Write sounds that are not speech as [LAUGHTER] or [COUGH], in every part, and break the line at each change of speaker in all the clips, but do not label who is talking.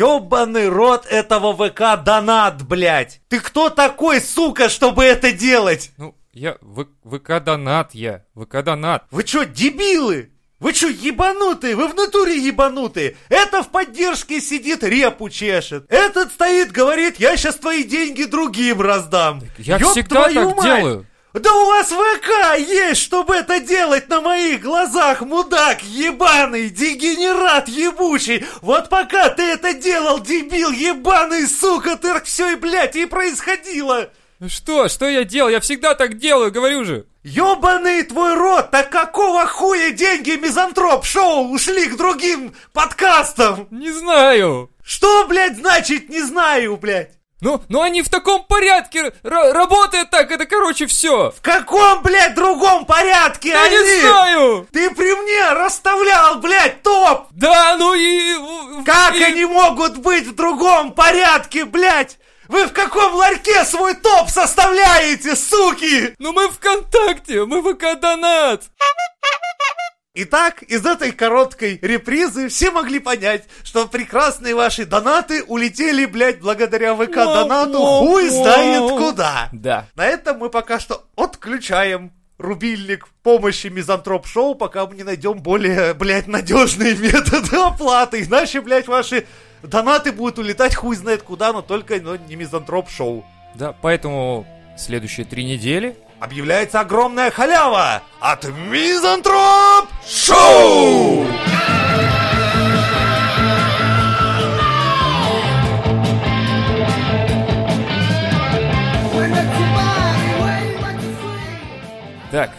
Ёбаный рот этого ВК донат, блядь! Ты кто такой, сука, чтобы это делать?
Ну, я... В- ВК-донат я. ВК-донат.
Вы чё, дебилы? Вы чё, ебанутые? Вы в натуре ебанутые? Это в поддержке сидит, репу чешет. Этот стоит, говорит, я сейчас твои деньги другим раздам.
Я
Ёб
всегда
твою
так
мать!
делаю.
Да у вас ВК есть, чтобы это делать на моих глазах, мудак ебаный, дегенерат ебучий. Вот пока ты это делал, дебил ебаный, сука, ты все и, блядь, и происходило.
Ну Что? Что я делал? Я всегда так делаю, говорю же.
Ёбаный твой рот, так какого хуя деньги мизантроп шоу ушли к другим подкастам?
Не знаю.
Что, блядь, значит, не знаю, блядь?
Ну, ну они в таком порядке ра- работают так, это, короче, все.
В каком, блядь, другом порядке
Я
они?
не знаю.
Ты при мне расставлял, блядь, топ!
Да, ну и...
Как
и-
они могут быть в другом порядке, блядь? Вы в каком ларьке свой топ составляете, суки?
Ну мы ВКонтакте, мы ВК-донат.
Итак, из этой короткой репризы все могли понять, что прекрасные ваши донаты улетели, блядь, благодаря ВК-донату
Вау,
хуй
вау.
знает куда.
Да.
На этом мы пока что отключаем рубильник помощи Мизантроп Шоу, пока мы не найдем более, блядь, надежные методы оплаты. Иначе, блядь, ваши донаты будут улетать хуй знает куда, но только но не Мизантроп Шоу.
Да, поэтому следующие три недели
Объявляется огромная халява от Мизантроп Шоу!
Wave at your body, wave at your swing.
Так,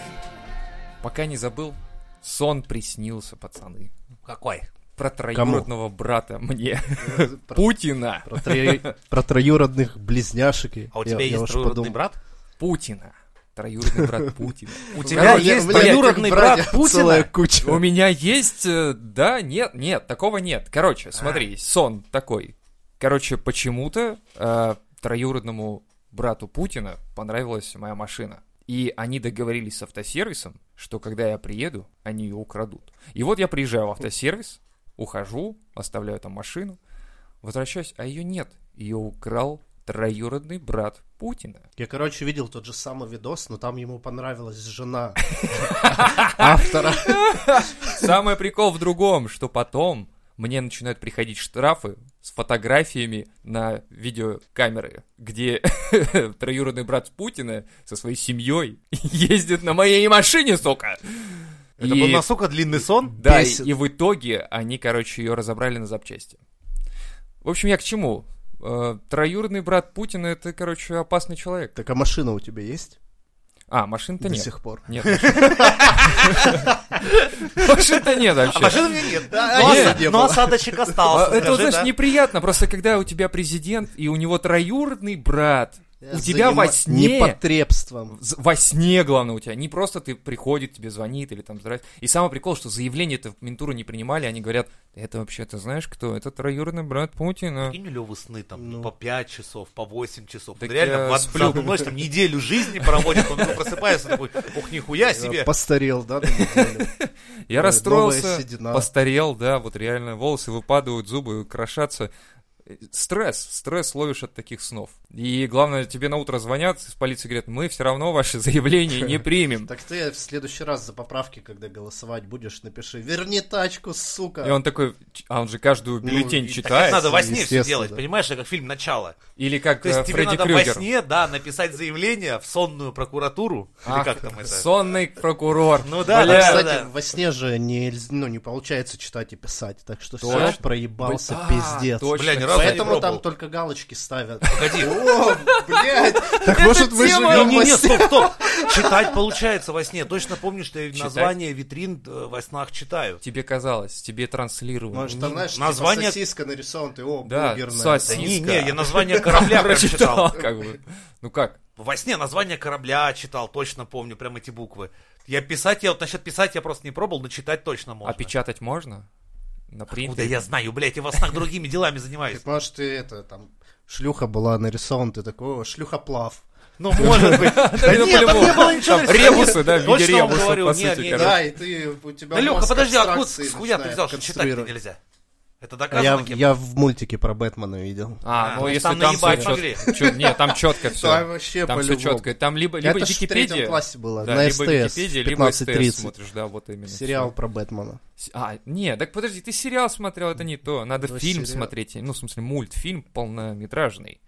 пока не забыл, сон приснился, пацаны.
Какой?
Про троюродного брата мне. Путина.
Про, трои- про троюродных близняшек. и
А у
я-
тебя
я
есть
уж
троюродный
подумал.
брат?
Путина. Троюродный брат Путина.
У
Да,
тебя
я-
есть
у меня
троюродный
этих
брат
братьев Целая
Путина?
куча.
У меня есть... э, Да, нет, нет, такого нет. Короче, смотри, сон такой. Короче, почему-то э, троюродному брату Путина понравилась моя машина. И они договорились с автосервисом, что когда я приеду, они ее украдут. И вот я приезжаю в автосервис, ухожу, оставляю там машину, возвращаюсь, а ее нет. Ее украл троюродный брат Путина.
Я, короче, видел тот же самый видос, но там ему понравилась жена автора.
Самый прикол в другом, что потом мне начинают приходить штрафы с фотографиями на видеокамеры, где [LAUGHS] троюродный брат Путина со своей семьей ездит на моей машине, сука.
Это
И-
был настолько длинный сон?
Да, и,
бесит.
и в итоге они, короче, ее разобрали на запчасти. В общем, я к чему? Э, Троюродный брат Путина это, короче, опасный человек.
Так, а машина у тебя есть?
А, машин-то
До
нет.
сих пор.
Нет. машин. [LAUGHS] Машин-то нет вообще.
А машины у меня нет.
а
но,
нет,
оса-
не
но
было.
осадочек
А,
остался.
это, вот,
скажи,
знаешь,
да?
неприятно, просто когда у тебя президент и у него троюродный брат,
Э,
у тебя во
Занима-
сне,
Непотребством.
з- во сне, главное, у тебя, не просто ты приходит, тебе звонит или там здрасте. И самый прикол, что заявление это в ментуру не принимали, они говорят, это вообще, ты знаешь кто? Это троюродный брат Путина.
Прикинь, у Лёвы сны там
Ну.
по 5 часов, по 8 часов.
Так
он реально
я
в
сплю.
одну, одну ночь там неделю жизни проводит, он уже просыпается такой, ух, нихуя
Я
себе.
Постарел, да?
[LAUGHS]
на неделю?
Я
Ой, новая
расстроился,
седина.
постарел, да, вот реально, волосы выпадают, зубы крошатся. Э, Стресс, стресс ловишь от таких снов. И главное, тебе на утро звонят из полиции, говорят, мы все равно ваше заявление
[LAUGHS]
не примем.
Так ты в следующий раз за поправки, когда голосовать будешь, напиши «Верни тачку, сука!»
И он такой, ч- а он же каждую бюллетень
Ну, Так это
читает.
надо во сне все
естественно,
делать,
да.
понимаешь, это как фильм «Начало».
Или как
То есть
э,
тебе
Фредди
надо во
Крюгер.
сне, да, написать заявление в сонную прокуратуру, или
Ах,
как там это?
Сонный прокурор.
Ну да,
А,
Бля,
да,
кстати,
да.
во сне же не, ну, не получается читать и писать, так что
Точно.
все проебался
А,
пиздец.
точно.
Бля, ни разу не
Поэтому
пробовал.
там только галочки ставят.
Погоди.
О, блядь! Так может мы
тема-
живем
[LAUGHS]
во
Не-не-не,
сне?
стоп, стоп. Читать получается во сне. Точно помню, что я название витрин э, во снах читаю.
Тебе казалось, тебе транслировали.
Может, там, знаешь,
название-
название... сосиска нарисован, ты, о,
Да,
бургерная.
Да
соси-
не,
Сиська.
не, я название
[LAUGHS]
корабля прям читал.
как бы. Ну как?
Во сне название корабля читал, точно помню, прям эти буквы. Я писать, я вот насчет писать я просто не пробовал, но читать точно можно.
А печатать можно? На
Куда
принтере?
я знаю, блядь, я во снах другими делами
Да.
занимаюсь.
[LAUGHS]
Так, Может, ты это, там, шлюха была нарисована, ты такой, о, шлюхоплав.
Ну, может быть. [LAUGHS] Да
ну,
нет, там
по-любому.
не было ничего.
Там
нарисовано.
ребусы, да, в виде
Точно вам
ребусов,
говорю,
по
не,
сути,
не,
короче.
да.
Да, и ты, у тебя
Да, Леха,
мозг
подожди, откуда
абстракции
с хуя ты
начинает
взял, что читать
конструировать. А
нельзя? Это
Я,
доказано кем?
я в мультике про Бэтмена видел.
А,
А,
ну
то есть
если
там
там все
наебать могли.
четко. Нет, там четко
Да,
все.
вообще
Там все
по-любому.
четко. Там либо, либо
Это ж в третьем
Википедия.
классе было,
да,
на
либо
СТС,
Википедия, либо СТС
15:30.
смотришь, да, вот именно.
Сериал про Бэтмена.
С- А, не, так подожди, ты сериал смотрел, это не то. Надо
Ну,
фильм
сериал.
смотреть. Ну, в смысле, мультфильм полнометражный.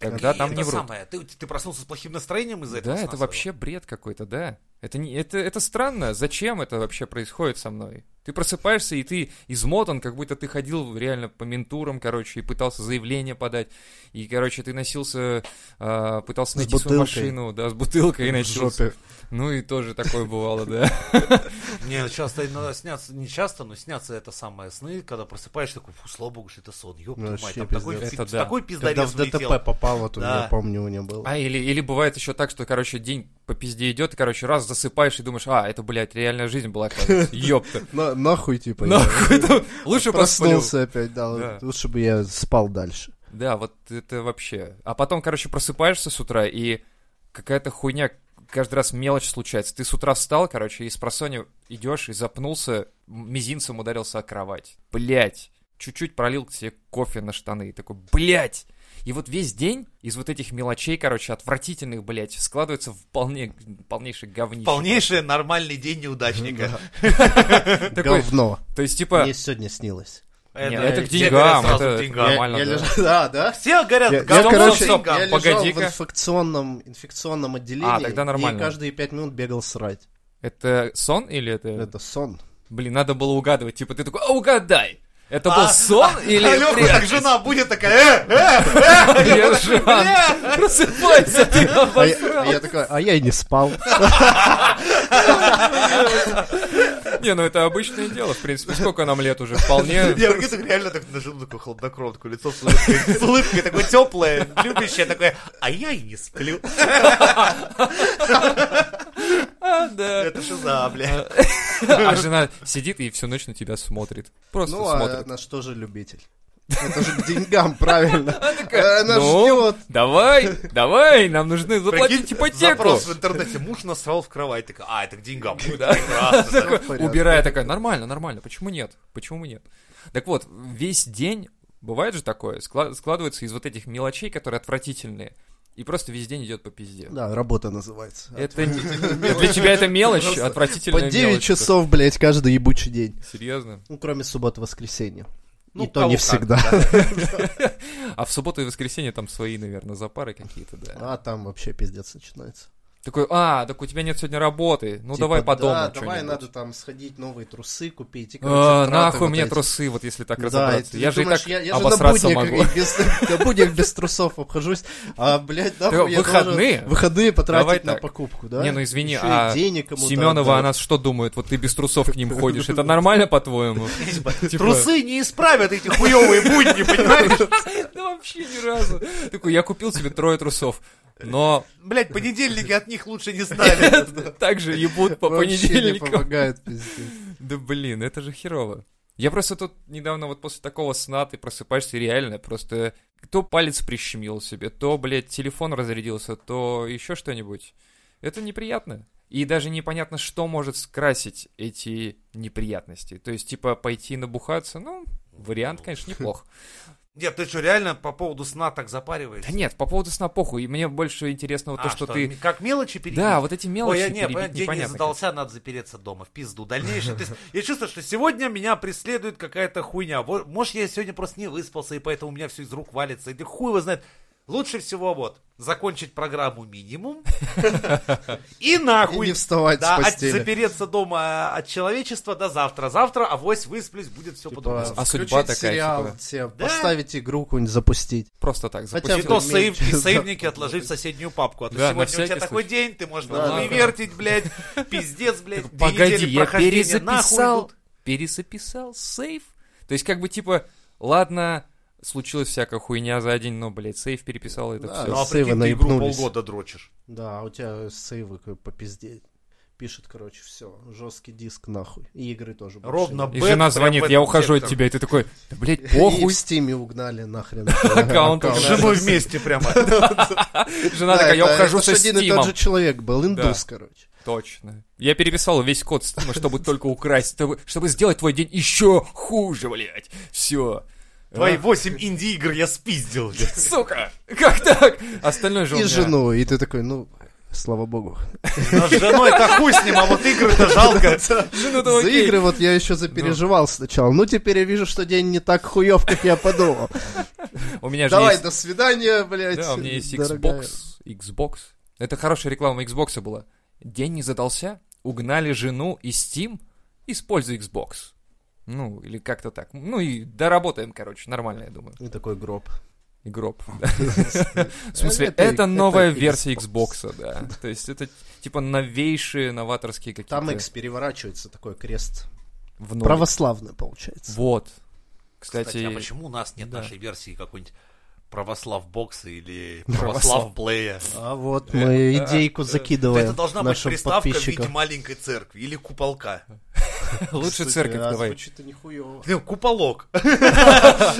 Тогда
И
там
это
не врут.
самое, ты, ты проснулся с плохим настроением из-за этого?
Да, это
сна
вообще бред какой-то, да. Это, не, это, это странно. Зачем это вообще происходит со мной? Ты просыпаешься, и ты измотан, как будто ты ходил реально по ментурам, короче, и пытался заявление подать. И, короче, ты носился, а, пытался
С
найти свою
бутылкой.
машину, да, с бутылкой и
В
носился.
жопе.
Ну и тоже такое бывало, да.
сразу? Мне часто иногда снятся, не часто, но снятся это самое сны, когда просыпаешься, такой, фу, слава богу, что это сон, ёб
Ну,
твою мать,
вообще
там такой,
пиздец.
пи-
Это да.
такой
Когда
пиздарец
в
влетел.
ДТП попал, вот у
Да.
меня, помню, у него был.
А, или, или бывает еще так, что, короче, день по пизде идет, и, короче, раз засыпаешь и думаешь, а, это, блядь, реальная жизнь была, оказывается. Ёпта.
На- нахуй, типа. я
Нахуй [LAUGHS] там, Лучше посплю.
Проснулся опять, да,
Да.
Лучше бы я спал дальше.
Да, вот это вообще. А потом, короче, просыпаешься с утра, и какая-то хуйня, каждый раз мелочь случается. Ты с утра встал, короче, и с просонья идешь и запнулся, м- мизинцем ударился о кровать. Блять. Чуть-чуть пролил к себе кофе на штаны. И такой, блять. И вот весь день из вот этих мелочей, короче, отвратительных, блять, складывается в вполне, полнейший говнище.
Полнейший нормальный день неудачника.
[LAUGHS] Такой,
Говно.
то есть, типа,
Мне сегодня снилось.
не,
Это-
это к
все говорят
деньгам,
сразу
это
к
это
деньгам.
нормально.
я
да.
лежал- [LAUGHS] да, да.
Все говорят,
Я,
[LAUGHS]
я,
говно
короче,
к
стоп,
деньгам.
я лежал в
погоди-ка.
инфекционном, инфекционном отделении.
А, тогда нормально.
И каждые пять минут бегал срать.
Это сон или это...
Это сон.
Блин, надо было угадывать. Типа ты такой, а угадай. Это был
А,
сон или
А Лёха,
реальность?
как
[LAUGHS]
жена будет такая, э, э,
Нет, [LAUGHS] Жан, Просыпайся, [LAUGHS] ты [LAUGHS]
А я,
обосрал.
я [LAUGHS] такой, а я и
[LAUGHS]
не спал.
Не, ну это обычное дело, в принципе. Сколько нам лет
[LAUGHS]
уже? Вполне.
Я прикинь, так реально так на жену такую хладнокровку, лицо с улыбкой, с улыбкой такое теплое, любящее, такое, а я и не сплю.
А, да.
Это шиза, бля.
А жена сидит и всю ночь на тебя смотрит. Просто
Ну, а
смотрит.
она что же любитель? Это же к
[LAUGHS]
деньгам, правильно. Э, Она
Ну,
ждет.
давай, давай, нам нужны заплатить
Прикинь,
ипотеку.
Запрос в интернете, муж насрал в кровать, такая, а, это к деньгам, будет прекрасно.
Такой,
порядке.
Убирая такая, нормально, нормально, почему нет? Почему нет? Так вот, весь день, бывает же такое, скла- складывается из вот этих мелочей, которые отвратительные, и просто весь день идет по пизде.
Да, работа называется.
Это не- для тебя это мелочь,
Просто
отвратительная
По 9
мелочь.
часов, блядь, каждый ебучий день.
Серьезно.
Ну, кроме субботы-воскресенья.
Ну,
и то
кого
не
как,
всегда.
А в субботу и воскресенье там свои, наверное, запары какие-то, да.
А там вообще пиздец начинается.
Такой, а, так у тебя нет сегодня работы, ну
Типа,
давай по дому
Да, давай
что-нибудь».
надо там сходить, новые трусы купить. И, короче,
А,
траты
нахуй
вот
мне
эти.
трусы, вот если так
Да, и
разобраться.
ты
Я же и
думаешь,
так
я- я же на
обосраться
буднях
могу.
и без- [LAUGHS] На буднях без трусов обхожусь. А, блядь, нахуй я
выходные?
должен
Давай
Выходные потратить на
так.
покупку, да?
Не, ну извини,
Еще и
а
денег ему
Семенова
там,
о
да.
нас что думает? Вот ты без трусов к ним ходишь. Это нормально, по-твоему? Типа,
Трусы не исправят эти хуевые будни, понимаешь?
[LAUGHS] Да вообще ни разу. Такой, я купил себе трое трусов, но
Блять, понедельники от них лучше не знали.
также ебут по
Вообще не
понедельникам.
помогает, пиздец.
Да блин, это же херово. Я просто тут недавно вот после такого сна ты просыпаешься и реально просто то палец прищемил себе, то, блядь, телефон разрядился, то еще что-нибудь. Это неприятно. И даже непонятно, что может скрасить эти неприятности. То есть, типа, пойти набухаться, ну, вариант,
[LAUGHS]
конечно, неплох.
Нет, ты что, реально по поводу сна так запариваешься?
Да нет, по поводу сна похуй. И мне больше интересно вот то,
А,
что ты...
Как мелочи перебить?
Да, вот эти мелочи
Ой, я не,
перебить
понятно, день не
непонятно
задался, надо запереться дома, в пизду. Дальнейшее, то есть я чувствую, что сегодня меня преследует какая-то хуйня. Во- Может, я сегодня просто не выспался, и поэтому у меня все из рук валится. И ты хуй его знает. Лучше всего вот, закончить программу
[LAUGHS]
минимум и
И
нахуй.
не вставать
а
Да,
с
от-
постели.
запереться дома э, от человечества до завтра. Завтра авось высплюсь, будет все
Типа,
по-другому.
А судьба
включить
такая,
сериал
типа.
себе, поставить игру какую-нибудь, запустить.
как. Просто так
Хотя
запустил.
И то
Меньше.
сейв, и сейвники отложить в соседнюю папку. А то
Да, на
сегодня у тебя
всякий
такой день, ты можешь
Да,
да,
да.
вертить, блядь, [LAUGHS] пиздец, блядь.
Так,
две
Погоди,
недели
я
прохождения нахуй
перезаписал,
идут.
перезаписал сейф. То есть, как бы, типа, ладно, случилась всякая хуйня за день, но, блядь, сейф переписал, это
Да,
все.
Ну, а
Сейвы
прикинь, ты игру
наебнулись.
полгода дрочишь.
Да, а у тебя сейвы как по пизде. Пишет, короче, все, жесткий диск нахуй. И игры тоже больше
Ровно
нет.
И
Бэт
жена
прям
звонит,
в
я
этом
ухожу от
сектор.
тебя, и ты такой, да, блядь,
[LAUGHS] И
похуй.
в Стиме угнали нахрен.
[LAUGHS] Аккаунт
С
Да.
женой вместе прямо.
Жена такая, я
это-
ухожу
это
со
ж один и тот
Стимом.
же человек был, индус, короче.
Точно. Я переписал весь код стима, чтобы только украсть, чтобы, чтобы сделать твой день еще хуже, блядь. Все.
Твои 8 инди-игр я спиздил. блядь.
Сука! Как так? Остальное же у
И
меня-
жену, и ты такой, ну,
[LAUGHS]
слава богу.
Но с женой-то хуй с ним, а вот игры-то жалко.
Жену-то
За
Ну, окей.
игры вот я еще запереживал сначала. Ну, теперь я вижу, что день не так хуев, как я подумал.
[LAUGHS] У меня же
Давай,
есть...
до свидания, блядь.
Да, у меня есть
дорогая.
Xbox. Xbox. Это хорошая реклама Xbox была. День не задался, угнали жену и Steam, используй Xbox. Ну, или как-то так. Ну и доработаем, короче, нормально, я думаю.
И такой гроб. [LAUGHS]
Игрок. В смысле,
Это-
это
это
новая
Xbox.
версия Xbox,
[LAUGHS]
да. То есть это типа новейшие новаторские
Там
какие-то
X переворачивается, такой крест.
в ноль.
Православный, получается.
Ну, Вот.
Кстати, а
Кстати,
почему у нас нет
да.
нашей версии какой-нибудь православ бокса или
Православ.
православ плея?
А вот мы идейку Э, закидываем
э, Это должна быть
нашим
приставка в виде
подписчикам.
маленькой церкви или куполка.
лучше
Кстати,
церковь
а
давай.
звучит-то нихуёво.
Блин,
[LAUGHS]
куполок.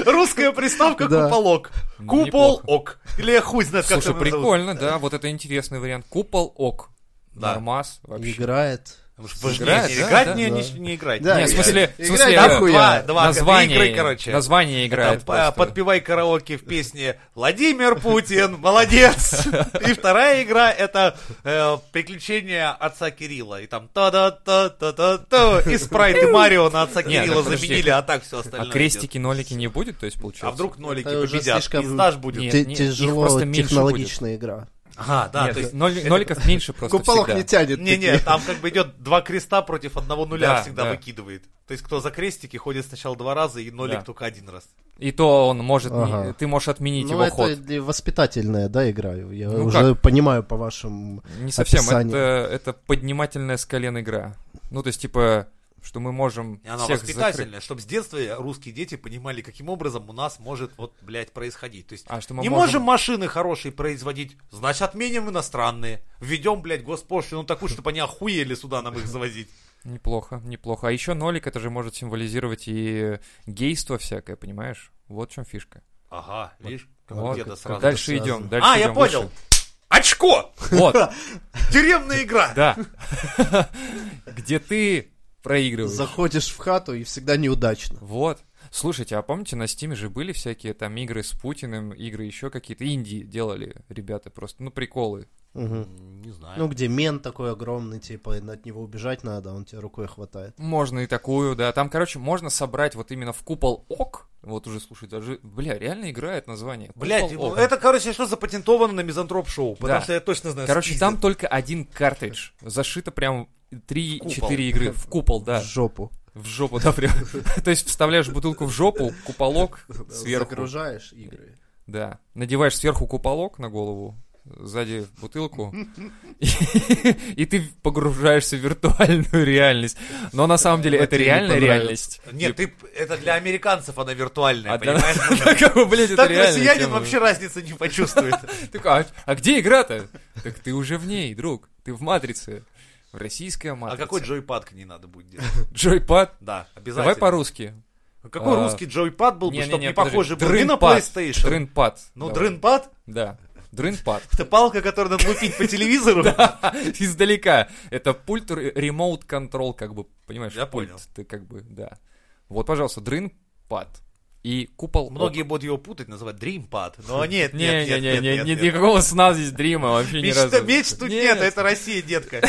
Русская приставка
Да.
куполок.
Ну, неплохо.
Куполок. Или я хуй знает, как
Слушай,
там это зовут.
прикольно, да, вот это интересный вариант. Купол ок.
Да.
Нормас вообще.
Играет.
Потому что важнее
Играет,
не
да,
играть,
да,
не-
да.
не не играть.
Да,
Не, в
играет.
смысле, в
Играет
смысле,
Там
э,
нахуй.
два,
охуенно.
два,
название,
две игры, короче.
название играет
Там, а,
просто.
подпевай караоке в песне «Владимир Путин,
[LAUGHS]
молодец!» И вторая игра — это э, «Приключения отца Кирилла». И там та-да-та-та-та-та. И спрайты Марио на отца
Не,
Кирилла
ну, подожди.
заменили, а так все
А
остальное идет.
крестики, нолики не будет, то есть получается?
А вдруг нолики
Это уже
победят?
слишком-
Пиздаж будет.
Нет,
Те-
нет, их
Тяжело
просто меньше
технологичная игра.
Ага, да,
Нет,
то
[LAUGHS]
есть...
ноль- ноликов меньше просто
Куполок
всегда.
не тянет.
Не-не,
такие.
там как бы идет два креста против одного нуля
Да,
всегда
да.
выкидывает. То есть кто за крестики ходит сначала два раза и нолик
Да.
только один раз.
И то он может... не-
Ага.
Ты можешь отменить
Ну,
его
это
ход.
для- воспитательная, да, игра. Я
Ну,
уже понимаю по вашим...
Не совсем,
описание.
это, это поднимательная с колен игра. Ну, то есть, типа, что мы можем
И она
всех закрыть.
воспитательная, чтобы с детства русские дети понимали, каким образом у нас может вот, блядь, происходить. То есть
А, что мы
не можем...
можем-
машины хорошие производить, значит, отменим иностранные. Введем, блядь, госпошлину такую, чтобы они охуели сюда нам их завозить.
Неплохо, неплохо. А еще нолик, это же может символизировать и гейство всякое, понимаешь? Вот в чем фишка.
Ага, видишь, как
Вот,
деда
как-
сразу.
дальше
сразу.
идем, дальше
А, я
идем
понял.
выше.
Очко! [LAUGHS]
Вот,
Тюремная игра!
да. [LAUGHS] Где ты проигрываешь.
Заходишь в хату и всегда неудачно.
Вот. Слушайте, а помните, на Стиме же были всякие там игры с Путиным, игры еще какие-то, Индии делали ребята просто, ну, приколы.
Мгм.
Не
Ну,
знаю.
где мент такой огромный, типа, и от него убежать надо, он тебе рукой хватает.
Можно и такую, да. Там, короче, можно собрать вот именно в купол ок. Вот уже, слушай, даже, бля, реально играет название.
Блядь,
Купол
ну,
ок.
это, короче, что запатентовано на мизантроп-шоу, потому
Да.
что я точно знаю,
Короче,
спиздят.
там только один картридж. Зашито прям
купол.
3-4 игры в купол, да.
В жопу.
В жопу, да, прям. [LAUGHS] То есть вставляешь бутылку в жопу, куполок сверху.
Загружаешь игры.
Да. Надеваешь сверху куполок на голову, сзади
[LAUGHS]
бутылку, и, и ты погружаешься в виртуальную реальность. Но на самом деле это
Матери
реальная
понравилось.
реальность.
Нет, ты, это для американцев она виртуальная,
А для
понимаешь?
[LAUGHS]
[LAUGHS]
нас, как бы, блядь, это
Так
реальная
россиянин
тема.
вообще разницы не
[LAUGHS]
почувствует.
Так, а, а где игра-то? Так ты уже в ней, друг. Ты в матрице. В российская
А
матрица.
какой джойпад к ней надо будет делать?
[LAUGHS] Джойпад?
Да, обязательно.
Давай по-русски.
Какой
А,
русский джойпад был бы,
Не-не-не,
чтобы не
подожди.
похожий был ни на
Дрынпад.
PlayStation?
Дрынпад.
Ну,
Давай.
дрынпад?
Да. Дрынпад.
Это палка, которую надо лупить
[LAUGHS]
по телевизору?
Издалека. Это пульт ре- ремоут контрол, как бы, понимаешь?
Я
пульт.
понял.
Ты как бы, да. Вот, пожалуйста, дрынпад. И купол.
Многие будут его путать, называть дримпад. Но нет, нет, нет, нет, нет,
Не-не-не,
нет.
никакого сна здесь дрима вообще ни
Мечта-
разу.
Меч тут нет, а это Россия, детка.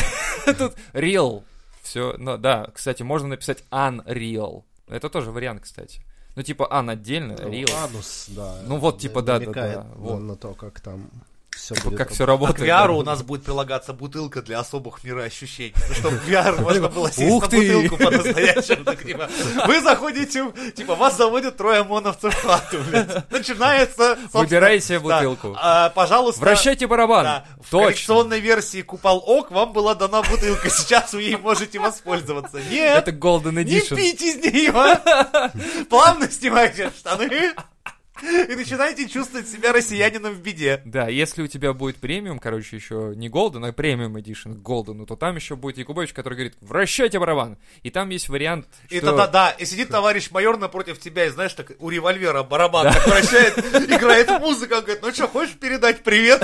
Real. Все, ну да, кстати, можно написать unreal. Это тоже вариант, кстати. Ну, типа, ан отдельно, real.
Анус, да.
Ну, вот, типа, да, да,
намекает
да,
на-
вот.
На то, как там все
Типа,
будет.
как все
А
работает.
к VR
да.
у нас будет прилагаться бутылка для особых мироощущений. Ну, чтобы в VR можно было сесть
Ух
на
ты!
бутылку по-настоящему. так, типа, Вы заходите, в- типа, вас заводят трое ОМОНовцев в хату, блядь. Начинается... собственно,
Выбирай себе
да,
бутылку.
а, Пожалуйста...
Вращайте барабан.
Да, в
Точно.
коллекционной версии Купол Ок вам была дана бутылка. Сейчас вы ей можете воспользоваться.
[LAUGHS]
Нет,
Это Golden
не
Edition.
пить из нее. Плавно снимайте штаны. И начинаете чувствовать себя россиянином в беде.
Да, если у тебя будет премиум, короче, еще не Golden, а премиум Edition к Golden, то там еще будет Якубович, который говорит, вращайте барабан. И там есть вариант,
И
что-
да-да-да, и сидит товарищ майор напротив тебя, и знаешь, так у револьвера барабан так вращает, играет музыка, он говорит, ну что, хочешь передать привет?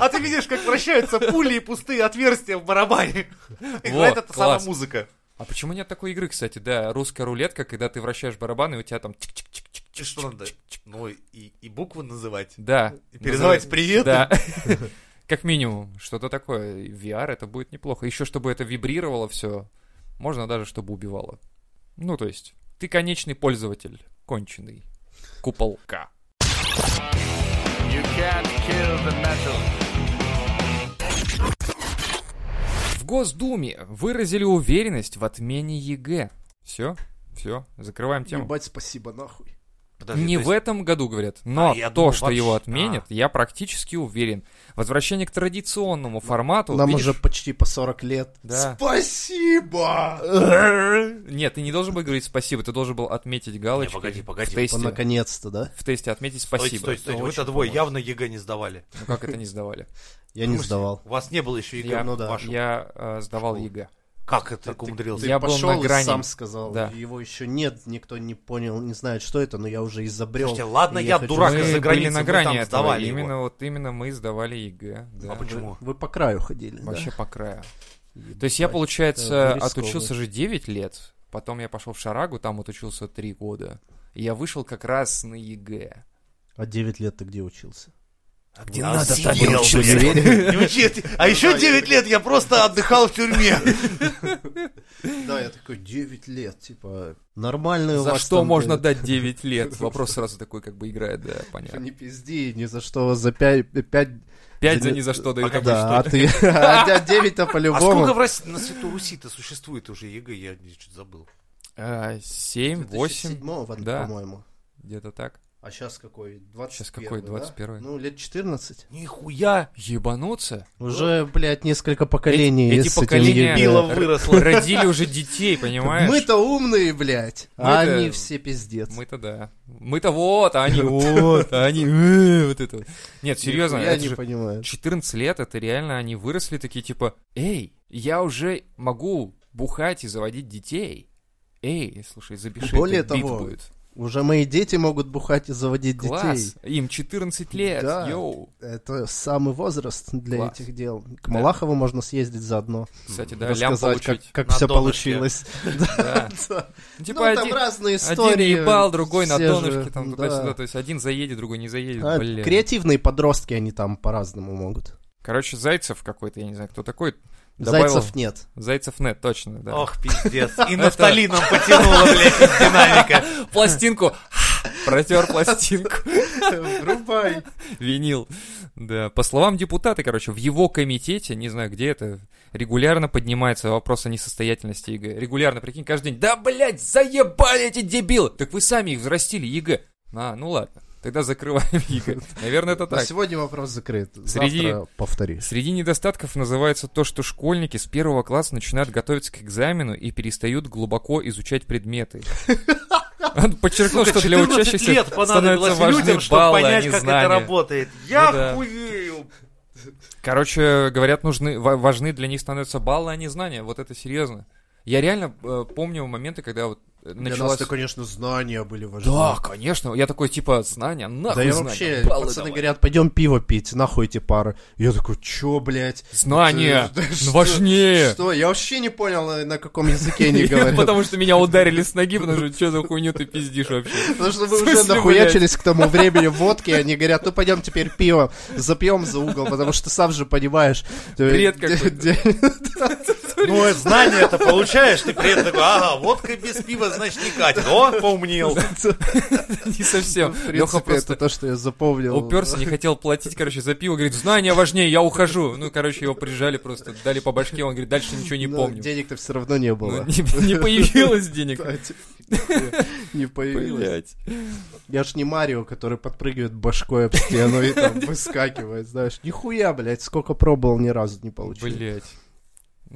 А ты видишь, как вращаются пули и пустые отверстия в барабане. Играет
Вот,
эта самая
класс.
музыка.
А почему нет такой игры, кстати, да, русская рулетка, когда ты вращаешь барабан, и у тебя там... тик-тик-тик-тик.
И что надо? Ну, и, и буквы называть.
Да. Ну,
И передавать привет.
Да. [LAUGHS] Как минимум, что-то такое. VR это будет неплохо. Еще чтобы это вибрировало все. Можно даже, чтобы убивало. Ну, то есть, ты конечный пользователь, конченый. Куполка. В Госдуме выразили уверенность в отмене ЕГЭ. Все, все, закрываем тему.
Ебать, спасибо нахуй.
Подожди,
не
то есть-
в этом году, говорят, но
А, я
то,
думал,
что
вообще-
его отменят, я практически уверен. Возвращение к традиционному формату.
Нам
видишь?
уже почти по 40 лет.
Да.
Спасибо!
Нет, ты не должен был говорить спасибо, ты должен был отметить
Не,
галочку.
погоди,
В
погоди.
Типа,
тесте,
Наконец-то, да?
в тесте отметить
Стойте,
спасибо.
стойте, стойте.
Это
Вы-то
очень
двое явно ЕГЭ не сдавали.
Ну как это не сдавали?
Я не сдавал.
У вас не было еще ЕГЭ
Я-
в
ну да.
вашем.
Я э, сдавал
Школу.
ЕГЭ.
Как это так
Ты
умудрился?
Я был
пошел
на грани.
и сам сказал.
Да.
Его еще нет, никто не понял, не знает, что это, но я уже изобрел.
Слушайте, ладно,
И
я
хочу
дурак,
сказать-
из-за
Мы были
границы
на
мы
грани
там
этого.
сдавали его.
именно вот именно мы сдавали ЕГЭ. да.
А почему?
Вы по краю ходили, да?
Вообще по краю.
Ебать.
То есть я,
это
получается,
рисковый.
отучился же 9 лет, потом я пошел в Шарагу, там отучился 3 года. И я вышел как раз на ЕГЭ.
А 9 лет ты где учился?
А
Где
надо, там я учился.
А еще 9 лет я просто отдыхал в тюрьме.
Да, я такой, 9 лет, типа, нормальную
За что можно дать 9 лет? Вопрос сразу такой как бы играет, да, понятно.
Не пизди, ни за что, за 5... 5
5 за ни за что дают
да, а
обычно.
ты... [LAUGHS] А 9-то
А сколько в
по-любому.
России на Святой Руси-то существует уже ЕГЭ? Я чуть забыл.
7, 8,
2007-го,
А, да.
по-моему.
где-то так.
А сейчас какой? 21
Щас какой? 21-й?
Ну, лет 14.
Нихуя!
Ебануться?
Ну, Уже, блядь, несколько поколений
Эти- эти
с этим
поколения-
ебилом.
Пила
Э, Р-
выросла.
Родили уже детей, понимаешь?
Мы-то умные, блядь, а
Мы-то-
они все пиздец.
Мы-то да. Мы-то вот, а они вот, а они э, вот это. вот. Нет, серьезно,
Я
это
не
же
понимаю.
14 лет, это реально они выросли такие типа, эй, я уже могу бухать и заводить детей. Эй, слушай, запиши,
Более
это бит
того,
будет.
Уже мои дети могут бухать и заводить
Класс,
детей.
им 14 лет,
Да.
йоу.
Это самый возраст для
Класс.
этих дел. К
Да.
Малахову можно съездить заодно.
Кстати, да, лям
рассказать, как,
получить.
как
На
все
донышке.
получилось. [LAUGHS]
да.
Да.
Ну,
Ну,
Типа
там
один,
разные
один
истории.
ебал, другой на
все же,
донышке, там
да.
туда-сюда. То есть один заедет, другой не заедет,
А,
блин.
Креативные подростки, они там по-разному могут.
Короче, Зайцев какой-то, я не знаю, кто такой. добавил-
Зайцев нет.
Зайцев нет, точно, да.
[LAUGHS] Ох, пиздец.
[LAUGHS]
И нафталином потянуло, блядь, из динамика.
Пластинку! [LAUGHS] Протер пластинку.
[LAUGHS] Врубай.
Винил. Да. По словам депутата, короче, в его комитете, не знаю, где это, регулярно поднимается вопрос о несостоятельности ЕГЭ. Регулярно, прикинь, каждый день. Да, блядь, заебали эти дебилы! Так вы сами их взрастили, ЕГЭ. А, ну ладно. Тогда закрываем ЕГЭ. Наверное, это
На
так.
сегодня вопрос закрыт.
Среди-
Завтра повтори.
Среди недостатков называется то, что школьники с первого класса начинают готовиться к экзамену и перестают глубоко изучать
[LAUGHS]
предметы. Он подчеркнул, Ну, что для
14
учащихся
лет
становятся
понадобилось
важны
людям, чтобы
баллы, а
понять,
не
как это
знания. Ну
работает. Я
да.
хуею.
Короче, говорят, нужны, ва- важны для них становятся баллы, а не знания. Вот это серьезно. Я реально э, помню моменты, когда вот э,
Для нас
началась...
это, конечно, знания были важны.
Да, конечно. Я такой, типа, знания, нахуй
Да я
знания,
вообще,
баллы
пацаны
давай».
говорят, пойдем пиво пить, нахуй эти пары. Я такой, чё, блядь?
Знания Ну,
Ты- ты [LAUGHS] что-
А, важнее.
Что? Я вообще не понял, на, на каком
[LAUGHS]
языке они говорят.
Потому что меня ударили с ноги, потому что что за хуйню ты пиздишь вообще?
[LAUGHS] Потому что
В
вы
смысле,
Ну, уже нахуячились к тому времени водки, они говорят, ну пойдем теперь пиво запьем за угол, потому что сам же понимаешь. э,
Бред
де-
какой-то. [LAUGHS]
де-
Ну, знание это получаешь, ты при этом такой, ага, водка без пива, значит, не катит. О, поумнел.
Не совсем.
Ну, В
Леха
принципе, это
просто
то, что я запомнил.
уперся, не хотел платить, короче, за пиво. Говорит, знания важнее, я ухожу. Ну, короче, его прижали просто, дали по башке. Он говорит, дальше ничего не
Но
помню.
Денег-то все равно не
Ну,
[LAUGHS] было.
Не не появилось
[LAUGHS]
денег.
Кстати,
[LAUGHS]
Не появилось.
Блять.
Я ж не Марио, который подпрыгивает башкой об стену и там выскакивает, знаешь. Нихуя, блядь, сколько пробовал, ни разу не получил.
Блять.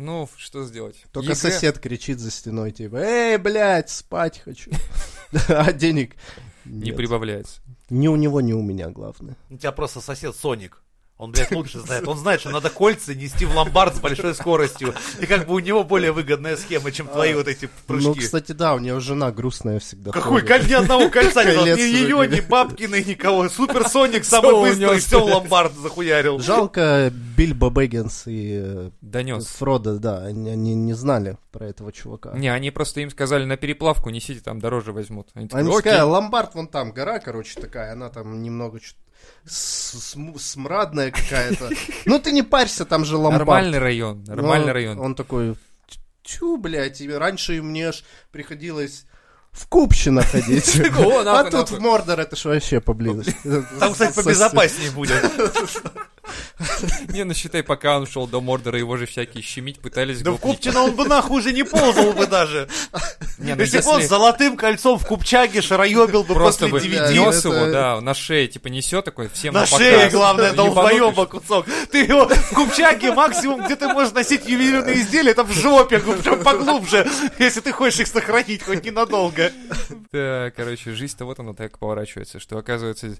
Ну, ф- что сделать?
Только
ЕГЭ-
сосед кричит за стеной, типа, эй, блядь, спать хочу. [LAUGHS] А денег
не
Нет.
прибавляется.
Ни у него, ни у меня, главное.
У тебя просто сосед Соник. Он, блядь,
[LAUGHS]
лучше знает. Он знает, что надо кольца нести в ломбард с большой скоростью. И как бы у него более выгодная схема, чем твои
А,
вот эти
Ну,
прыжки.
кстати, да, у нее жена грустная всегда.
Какой
ходит.
коль ни одного кольца не дал. Ни
Колец
ее,
вроде.
ни Бабкина, никого. Суперсоник самый
Всё
быстрый,
унёс.
все ломбард захуярил.
Жалко, Бильбо Бэггинс и э,
Донес.
Фродо, да, они, они не знали про этого чувака.
Не, они просто им сказали на переплавку несите, там дороже возьмут. Они такие,
Они
«Окей».
такая, ломбард вон там, гора, короче, такая, она там немного чё-то с- см- смрадная какая-то. Ну ты не парься, там же ломбард.
Нормальный район,
Ну,
нормальный район. [LAUGHS]
Он такой, тю, блядь, и раньше мне ж приходилось в
[LAUGHS]
Купчино ходить.
О,
[LAUGHS] А
нахуй,
тут
нахуй.
в Мордор это ж
[LAUGHS]
вообще поблизости.
Там, кстати, побезопаснее будет.
Не, ну считай, пока он шел до Мордора, его же всякие щемить пытались.
Да в
глупить.
Купчино он бы нахуй уже не ползал бы даже. [LAUGHS]
Не, ну
Если бы он с
если
золотым кольцом в Купчаге шароебил бы
просто
после
бы
DVD,
DVD.
нес его,
это-
да, на шее, типа несет такой, всем
На
показ.
шее, главное,
Ебанутый,
долбоеба кусок. Ты его в купчаге максимум, где ты можешь носить ювелирные изделия, это в жопе, ну, прям поглубже, если ты хочешь их сохранить хоть ненадолго.
Да, э, короче, жизнь-то вот она так поворачивается, что оказывается,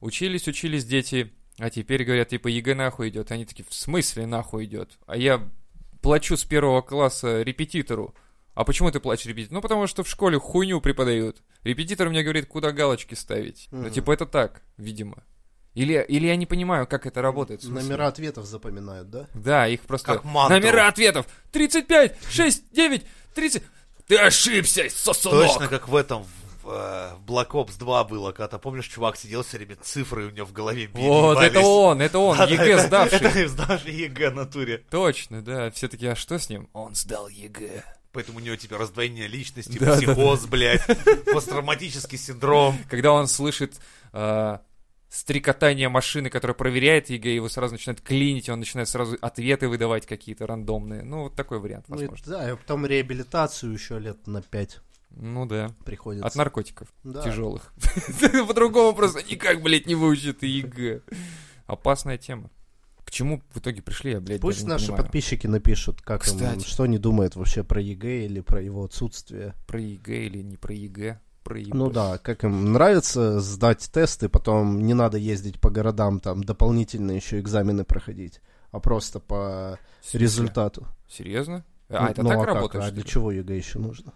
учились, учились дети, а теперь говорят, типа, ЕГЭ нахуй идет. Они такие, в смысле нахуй идет? А я плачу с первого класса репетитору. А почему ты плачешь репетитору? Ну, потому что в школе хуйню преподают. Репетитор мне говорит, куда галочки ставить. Ну,
Мгм.
типа, это так, видимо. Или, или я не понимаю, как это работает. в смысле.
Номера ответов запоминают, да?
Да, их просто...
Как манту.
Номера ответов. 35, 6, 9, 30... Ты ошибся, сосунок!
Точно как в этом в, э, в Black Ops 2 было, когда, помнишь, чувак сидел все время, цифры у него в голове били,
Вот, это
ебались.
он, это он,
Да-да,
ЕГЭ
это-
сдавший.
Это [LAUGHS] сдавший ЕГЭ натуре.
Точно, да. Все таки а что с ним? Он сдал ЕГЭ.
Поэтому у него теперь раздвоение личности,
Да-да-да.
психоз, блядь, посттравматический синдром.
Когда он слышит э, стрекотание машины, которая проверяет ЕГЭ, его сразу начинает клинить, и он начинает сразу ответы выдавать какие-то рандомные. Ну, вот такой вариант,
Ну, и-
возможно.
Да, и потом реабилитацию еще лет на пять
Ну да.
приходится.
От наркотиков
Да.
тяжелых. [LAUGHS] По-другому просто никак, блядь, не выучит ЕГЭ. Опасная тема. К чему в итоге пришли, я, блядь,
Пусть
даже не
наши
понимаю.
подписчики напишут, как им,
Кстати.
что они думают вообще про ЕГЭ или про его отсутствие.
Про ЕГЭ или не про ЕГЭ? Про ЕГЭ.
Ну да, как им нравится сдать тесты, потом не надо ездить по городам, там дополнительно еще экзамены проходить, а просто по результату.
Серьезно? А,
ну,
это
ну,
так
а как?
работает?
А
что
для
ли?
чего ЕГЭ еще нужно?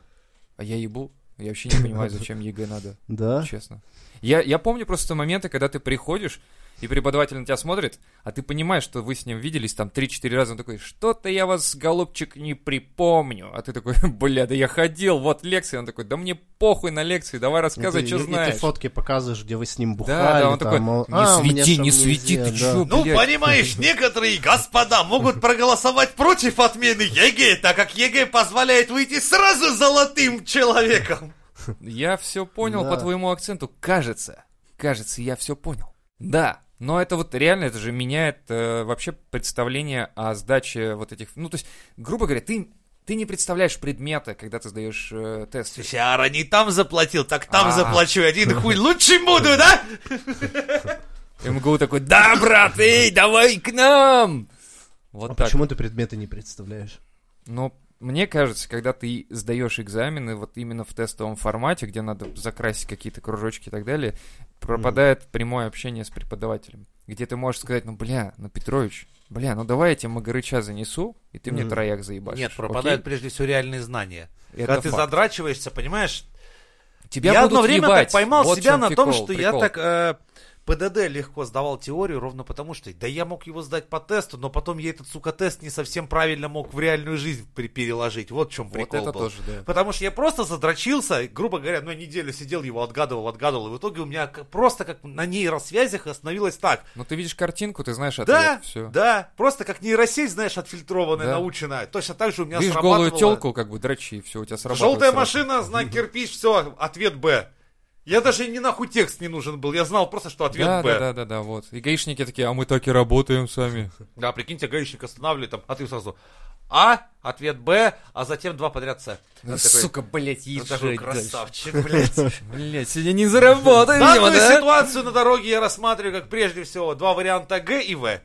А я ебу. Я вообще не понимаю, зачем ЕГЭ надо.
Да?
Честно. Я, я помню просто моменты, когда ты приходишь, и преподаватель на тебя смотрит, а ты понимаешь, что вы с ним виделись там 3-4 раза, он такой, что-то я вас, голубчик, не припомню. А ты такой, [LAUGHS] бля, да я ходил, вот лекции. Он такой, да мне похуй на лекции, давай рассказывай,
И Ну, ты-
что
и- и
знаешь.
ты фотки показываешь, где вы с ним бухали.
да, он
там,
такой,
мол,
«Не
«А, у меня
свети,
ж
не
там
свети,
нельзя»,
ты
да.
чё,
Ну,
блядь?»
понимаешь, некоторые господа могут проголосовать против отмены ЕГЭ, так а как ЕГЭ позволяет выйти сразу золотым человеком.
Я все понял
Да.
по твоему акценту. Кажется, кажется, я все понял. Да, но это вот реально, это же меняет э, вообще представление о сдаче вот этих... Ну, то есть, грубо говоря, ты, ты не представляешь предмета, когда ты сдаешь э, тест.
Слушай, Ара не там заплатил, так там
А.
заплачу. Один хуй лучше буду, да?
МГУ такой, да, брат, эй, давай к нам! Вот Ну,
А
так.
почему ты предметы не представляешь?
Но мне кажется, когда ты сдаешь экзамены вот именно в тестовом формате, где надо закрасить какие-то кружочки и так далее, пропадает прямое общение с преподавателем. Где ты можешь сказать, ну, бля, ну, Петрович, бля, ну, давай я тебе магарыча занесу, и ты мне
Мгм.
трояк заебашишь.
Нет, пропадают
окей?
прежде всего реальные знания.
Это
Когда ты
факт.
задрачиваешься, понимаешь?
Тебя
я
будут
одно время
ебать.
так поймал
Вот в
себя
чем
на том,
прикол,
что я
прикол.
так э, ПДД легко сдавал теорию, ровно потому что, да я мог его сдать по тесту, но потом я этот, сука, тест не совсем правильно мог в реальную жизнь при- переложить. Вот в чем
Вот
прикол
это
был.
тоже, да.
Потому что я просто задрочился, грубо говоря, ну, я неделю сидел, его отгадывал, отгадывал, и в итоге у меня к- просто как на нейросвязях остановилось так.
Ну, ты видишь картинку, ты знаешь ответ,
Да,
все.
да, просто как нейросеть, знаешь, отфильтрованная,
Да.
наученная. Точно так же у меня
Видишь
срабатывало.
голую телку, как бы дрочи, и все, у тебя срабатывает.
Желтая
сразу.
машина, знак кирпич, все, ответ Б. Я даже не нахуй текст не нужен был, я знал просто, что ответ
Да,
Б.
да, да, да, да, вот. И гаишники такие, а мы так и работаем сами.
Да, прикиньте, гаишник останавливает, там, а ты сразу А, ответ Б, а затем два подряд С.
Ну,
Он такой,
сука, блядь,
«Ну,
езжай
такой
дальше».
красавчик, блядь.
[LAUGHS]
ну,
Блядь, сегодня не заработаем,
Данную
да?
ситуацию на дороге я рассматриваю как прежде всего два варианта Г и В.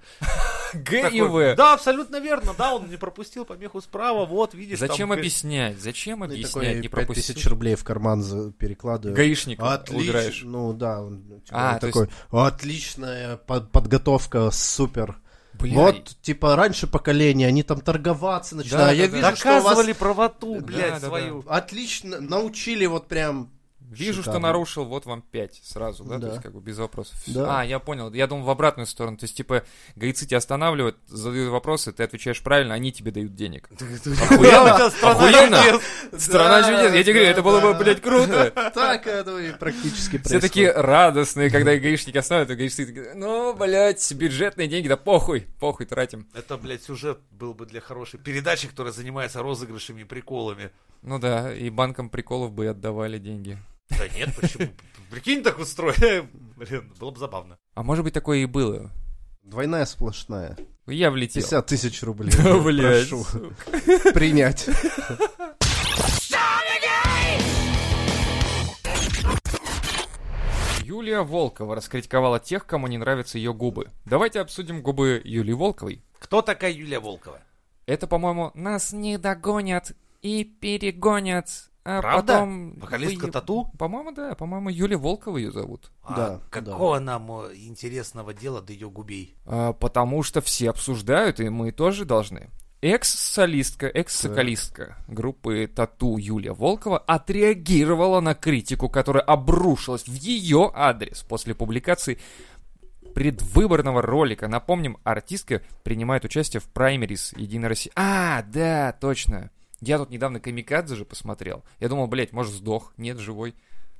Г и
Такой,
В.
Да, абсолютно верно, да, он не пропустил помеху справа, вот, видишь. там, Ну,
Зачем
г-
объяснять? Зачем
И
объяснять?
такой
Не
5000
пропустил.
рублей в карман за- перекладываю.
Гаишника убираешь.
Отлично. Ну да, он типа,
А,
он
то есть-
такой, отличная под- подготовка, супер.
Блин,
Вот, типа, раньше поколение, они там торговаться начинают.
Да,
А я
да,
вижу, что у вас
Доказывали правоту, блядь,
да, да.
свою.
отлично научили вот прям...
вижу, что
шикарно.
нарушил, вот вам 5 сразу, да? То
Да.
есть как бы без вопросов.
Да.
А, я понял. Я думал в обратную сторону. То есть типа гайцы тебя останавливают, задают вопросы, ты отвечаешь правильно, они тебе дают
[LAUGHS]
денег.
Хуя у тебя страна
Охуенно!
чудес.
Страна
Да,
чудес. Я тебе говорю,
да,
это было бы,
да.
блядь, круто.
Так это и практически
Все
происходит.
такие э, радостные, когда их гаишники остановят, и гаишники такие, ну, блядь, бюджетные деньги, да похуй, похуй тратим.
Это, блядь, сюжет был бы для хорошей передачи, которая занимается розыгрышами и приколами.
Ну да, и банкам приколов бы и отдавали деньги.
Да нет, почему? Прикинь, так устроили. [LAUGHS] Блин, было бы забавно.
А может быть, такое и было.
Двойная сплошная.
Я влетел.
50 тысяч рублей.
Да, [LAUGHS] блядь.
Прошу
сука.
принять.
Юлия Волкова раскритиковала тех, кому не нравятся ее губы. Давайте обсудим губы Юлии Волковой.
Кто такая Юлия Волкова?
Это, по-моему, нас не догонят и перегонят, а
Правда?
потом...
Вокалистка
вы-
Тату?
По-моему, да. По-моему, Юлия Волкова ее зовут.
А
Да,
Какого нам э, интересного дела до ее губей?
А, потому что все обсуждают, и мы тоже должны. Экс-солистка, экс-соколистка группы Тату Юлия Волкова отреагировала на критику, которая обрушилась в ее адрес после публикации предвыборного ролика. Напомним, артистка принимает участие в праймерис Единой России. А, да, точно. Я тут недавно Камикадзе же посмотрел. Я думал, блядь, может, сдох. Нет, живой.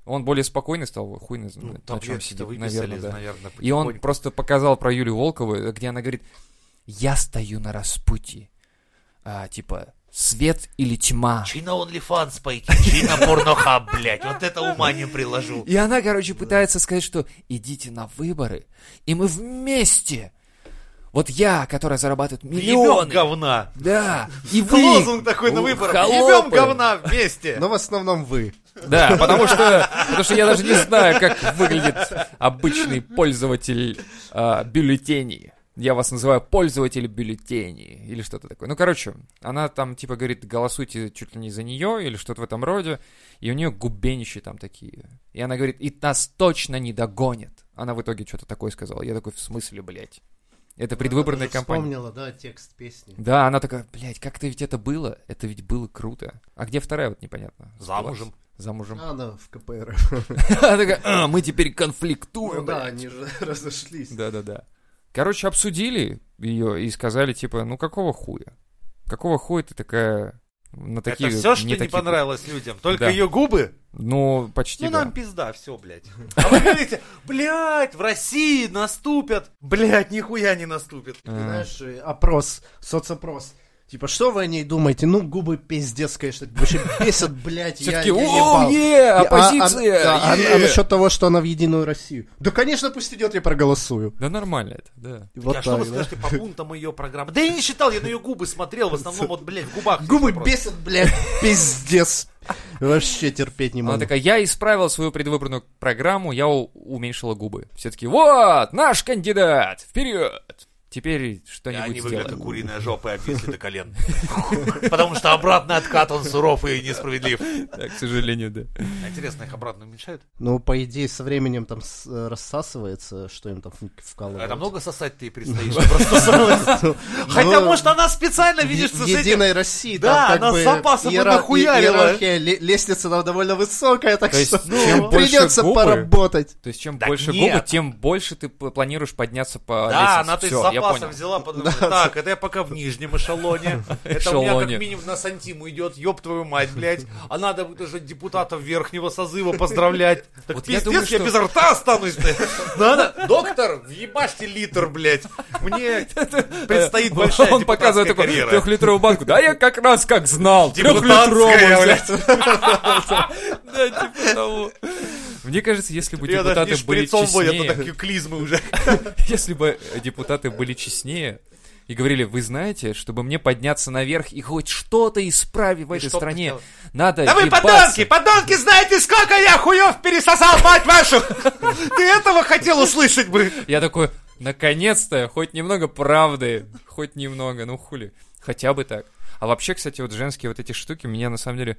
Он более спокойный стал, хуй на,
Ну,
на чем
таблетки-то
сидит,
выписали,
наверное, да.
наверное,
И он
потихоньку.
просто показал про Юлю Волкову, где она говорит, я стою на распутье. А, типа, свет или тьма.
Чи на OnlyFans пойти, чи на порнохаб, блядь. Вот это ума не приложу.
И она, короче, пытается сказать, что идите на выборы, и мы вместе. Вот я, которая зарабатывает
Ебем
миллионы.
говна.
Да,
[LAUGHS]
и вы.
Лозунг такой на
у,
выборах.
холопы.
Ебем говна вместе.
Но в основном вы.
Да, потому что, потому что я даже не знаю, как выглядит обычный пользователь а, бюллетеней. Я вас называю пользователь бюллетеней или что-то такое. Ну, короче, она там типа говорит, голосуйте чуть ли не за нее или что-то в этом роде. И у нее губенищи там такие. И она говорит, и нас точно не догонят. Она в итоге что-то такое сказала. Я такой, в смысле, блядь? Это
Ну,
предвыборная кампания.
Вспомнила, да, текст песни.
Да, она такая, блядь, как-то ведь это было? Это ведь было круто. А где вторая, вот непонятно.
Замужем.
Замужем.
А, да, в КПР.
Она такая, «А, мы теперь
Ну
конфликтуем.
да,
блядь».
они же [LAUGHS] разошлись.
Да, да, да. Короче, обсудили ее и сказали, типа, ну какого хуя? Какого хуя ты такая на такие...
Это все, что не
такие-
понравилось людям. Только
Да.
ее губы.
Ну, почти
Ну
да.
нам пизда, все, блядь. А вы говорите, блядь, в России наступят. Блядь, нихуя не наступит.
А.
Ты знаешь, э, опрос, соцопрос. Типа, что вы о ней думаете? Ну, губы пиздец, конечно, вообще бесят, блядь,
Все
я,
таки
я
о,
ебал».
е,
И, а,
оппозиция!
а, да, а-
е».
а насчет того, что она в Единую Россию. Да, конечно, пусть идет, я проголосую.
Да нормально это, да.
И Вот
а что вы
так, да.
скажете по пунктам ее программы? Да я не считал, я на ее губы смотрел, в основном вот, блядь, в губах.
Губы
вопрос.
бесят, блядь, пиздец. Вообще терпеть не
Она
могу.
такая, я исправила свою предвыборную программу, я у- уменьшила губы. Все таки вот, наш кандидат, вперед! Теперь
И
что-нибудь
Они выглядят как
сделаем.
куриная жопа и обвисли до колен. Потому что обратный откат, он суров и несправедлив.
Да, к сожалению, да.
А Интересно, их обратно уменьшают?
Ну, по идее, со временем там с- э, рассасывается, что им там в- вкалывают.
Это А много сосать ты и предстоишь.
Ну, [LAUGHS]
Просто сосать. Хотя,
Ну,
может, она специально,
Е-
видишь, что с этим...
Единой России,
Да,
там как
она
бы
с запасом
иера-
понахуярила.
иерархия, ле- лестница там довольно высокая, так
То
[LAUGHS]
есть,
что
чем больше
придется
губы-
поработать.
То есть, чем
Так
больше
нет.
губы, тем больше ты п- планируешь подняться по
Да,
лестнице.
она ты с
Всё, я
запасом
понял.
взяла, подумала, так, это я пока в нижнем
[LAUGHS]
эшелоне, это у меня как
Эшелоне.
минимум на сантиму идет, ёб твою мать, блядь, а надо будет уже депутатов верхнего созыва
[LAUGHS]
поздравлять. Так
Вот я думаю,
пиздец, я
что-
без рта останусь, блядь.
[LAUGHS]
надо, доктор, въебашьте литр, блядь,
[LAUGHS]
мне предстоит большая
э, Он показывает
депутатская
такую
карьера.
трехлитровую банку. Да я как раз как знал.
Депутатская, блядь.
Трехлитровую. [LAUGHS] Да, типа того. Мне кажется, если бы
Я даже не
депутаты были
шприцом выйду, а
честнее,
такие клизмы уже.
если бы э, депутаты были честнее, и говорили, вы знаете, чтобы мне подняться наверх и хоть что-то исправить в этой
что ты
стране,
сделал?
надо
Да вы
ебаться».
подонки! Подонки, знаете, сколько я хуев пересосал, мать вашу! Ты этого хотел услышать бы!
Я такой, наконец-то, хоть немного правды, хоть немного, ну хули, хотя бы так. А вообще, кстати, вот женские вот эти штуки меня на самом деле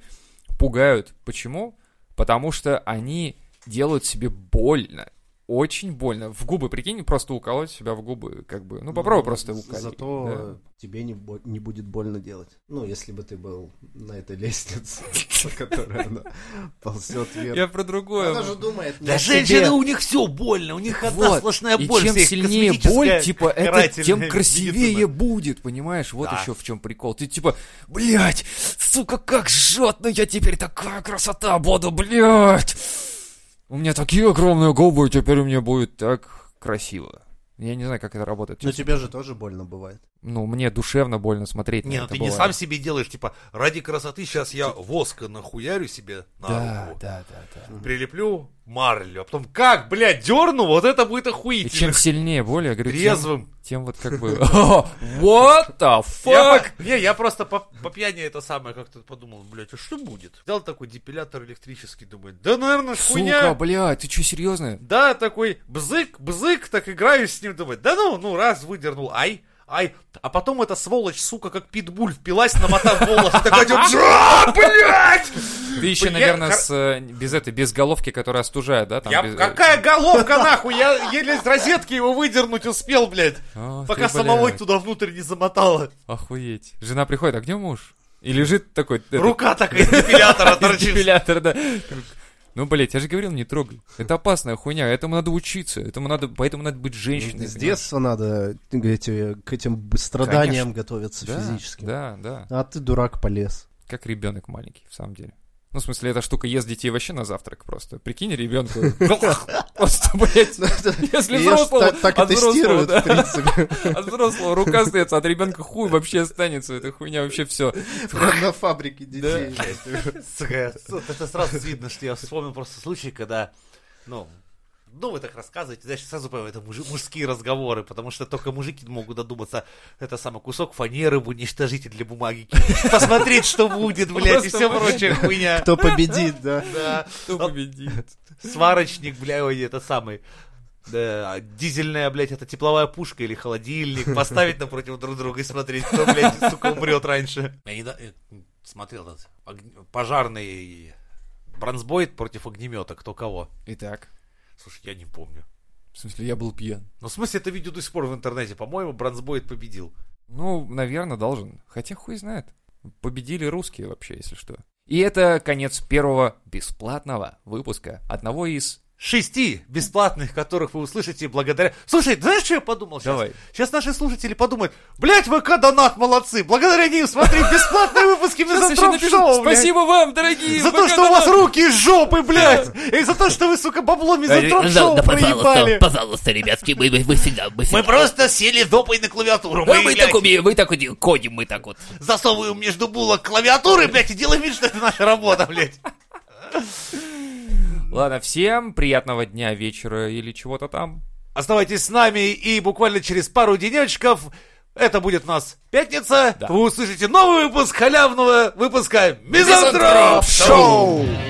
пугают. Почему? Потому что они делают себе больно. Очень больно. В губы, прикинь, просто уколоть себя в губы, как бы. Ну, попробуй просто
з-
уколоть. да.
Зато тебе не, бо- не будет больно делать. Ну, если бы ты был на этой [LAUGHS] лестнице, по которой она ползет
Я
вверх.
про другое.
Она же думает не
Да
о себе.
женщины, у них все больно, у них одна
Вот.
сплошная
И
боль.
чем
вся их
сильнее
косметическая,
боль, типа, это
карательная,
тем
медицина.
красивее будет, понимаешь? Вот
Да.
еще в чем прикол. Ты типа, блядь, сука, как жжет, ну я теперь такая красота буду, блядь. У меня такие огромные губы, и теперь у меня будет так красиво. Я не знаю, как это работает.
Ну, типа-
Но тебе же тоже больно бывает.
Ну, мне душевно больно смотреть
Не,
на
ну
это
ты не
бывает.
сам себе делаешь, типа, ради красоты сейчас я воска нахуярю себе на
Да,
руку,
да, да, да.
прилеплю марлю, а потом как, блядь, дерну, вот это будет
И чем
охуительно.
сильнее боль, я говорю, тем,
Трезвым.
тем вот как бы... [LAUGHS] What the
Я
fuck?
по- не, я просто по, по пьяни это самое как-то подумал, блядь, а что будет? Взял такой депилятор электрический, думаю, да, наверное, хуйня.
Сука, блядь, ты что, серьезно?
Да, такой бзык, бзык, так играю с ним, думаю, да ну, ну, раз, выдернул, ай, ай. А потом эта сволочь, сука, как питбуль, впилась, намотав волос, такой, идет, «Жра, блядь!
Ты еще,
Я-
наверное,
хор-
с, э, без этой, без головки, которая остужает, да? там
Я-
без- э,
Какая головка, нахуй, я еле из розетки его выдернуть успел, блядь,
Ах
пока
ты,
самого
блядь,
туда внутрь не замотало.
Охуеть. Жена приходит, а где муж? И лежит такой... этот,
Рука такая из депилятора
[LAUGHS] из
торчит.
дефилятора, да. Ну, блядь, я же говорил, не трогай. Это опасная хуйня, этому надо учиться, этому надо, поэтому надо быть женщиной. понимаешь?
С детства Ну, надо к эти- к этим страданиям готовиться
да,
физически.
Да, да.
А ты, дурак, полез.
Как ребенок маленький, в самом деле. Ну, в смысле, эта штука ест детей вообще на завтрак просто. Прикинь, ребенку. [LAUGHS] Просто, блядь, [LAUGHS] если
Её ж
взрослого,
Ну, та- так и
от взрослого,
тестируют,
да.
в принципе. [LAUGHS]
От взрослого рука остается, от ребенка хуй вообще останется. Эта хуйня вообще все.
Прям на фабрике детей.
Сука, сука, Это сразу видно, что я вспомнил просто случай, когда, ну, ну, вы так рассказываете, знаешь, сразу понимаю, это мужи- мужские разговоры, потому что только мужики могут додуматься, это самый кусок фанеры в уничтожитель для бумаги, кинуть, посмотреть, что будет, блядь, и
Просто,
все
блядь.
прочая хуйня.
Кто победит, да?
Да.
Кто
А
победит?
Сварочник, бля, ой, это самый. Да, а дизельная, блядь, это тепловая пушка или холодильник. Поставить напротив друг друга и смотреть, кто, блядь, сука, умрет раньше. Я не э, смотрел этот огн- пожарный бронзбойт против огнемета, кто кого.
Итак,
Слушай, я не помню.
в смысле, я был пьян.
Ну, в смысле, это видео до сих пор в интернете. По-моему, бронзбойт победил.
Ну, наверное, должен. Хотя хуй знает. Победили русские вообще, если что. И это конец первого бесплатного выпуска одного из...
Шести бесплатных, которых вы услышите благодаря... Слушай, знаешь, что я подумал сейчас?
Давай.
Сейчас наши слушатели подумают, блядь, ВК Донат молодцы, благодаря ним смотреть бесплатные выпуски
Сейчас ещё
Мизантроп
напишу,
Шоу, блядь.
Спасибо вам, дорогие!
За то, что у вас руки из жопы, блядь! И за то, что вы, сука, бабло мизантроп шоу
ну, Да, пожалуйста,
проебали!
пожалуйста, ребятки, мы, мы, мы всегда, мы всегда.
просто сели допой на клавиатуру.
Мы, мы так умеем, мы так вот ходим, мы так вот.
засовываем между булок клавиатуры, блядь, и делаем вид, что это наша работа, блядь.
Ладно, всем приятного дня, вечера или чего-то там.
Оставайтесь с нами, и буквально через пару денечков это будет у нас пятница. Вы услышите новый выпуск халявного выпуска Мизантроп Шоу!
Шоу!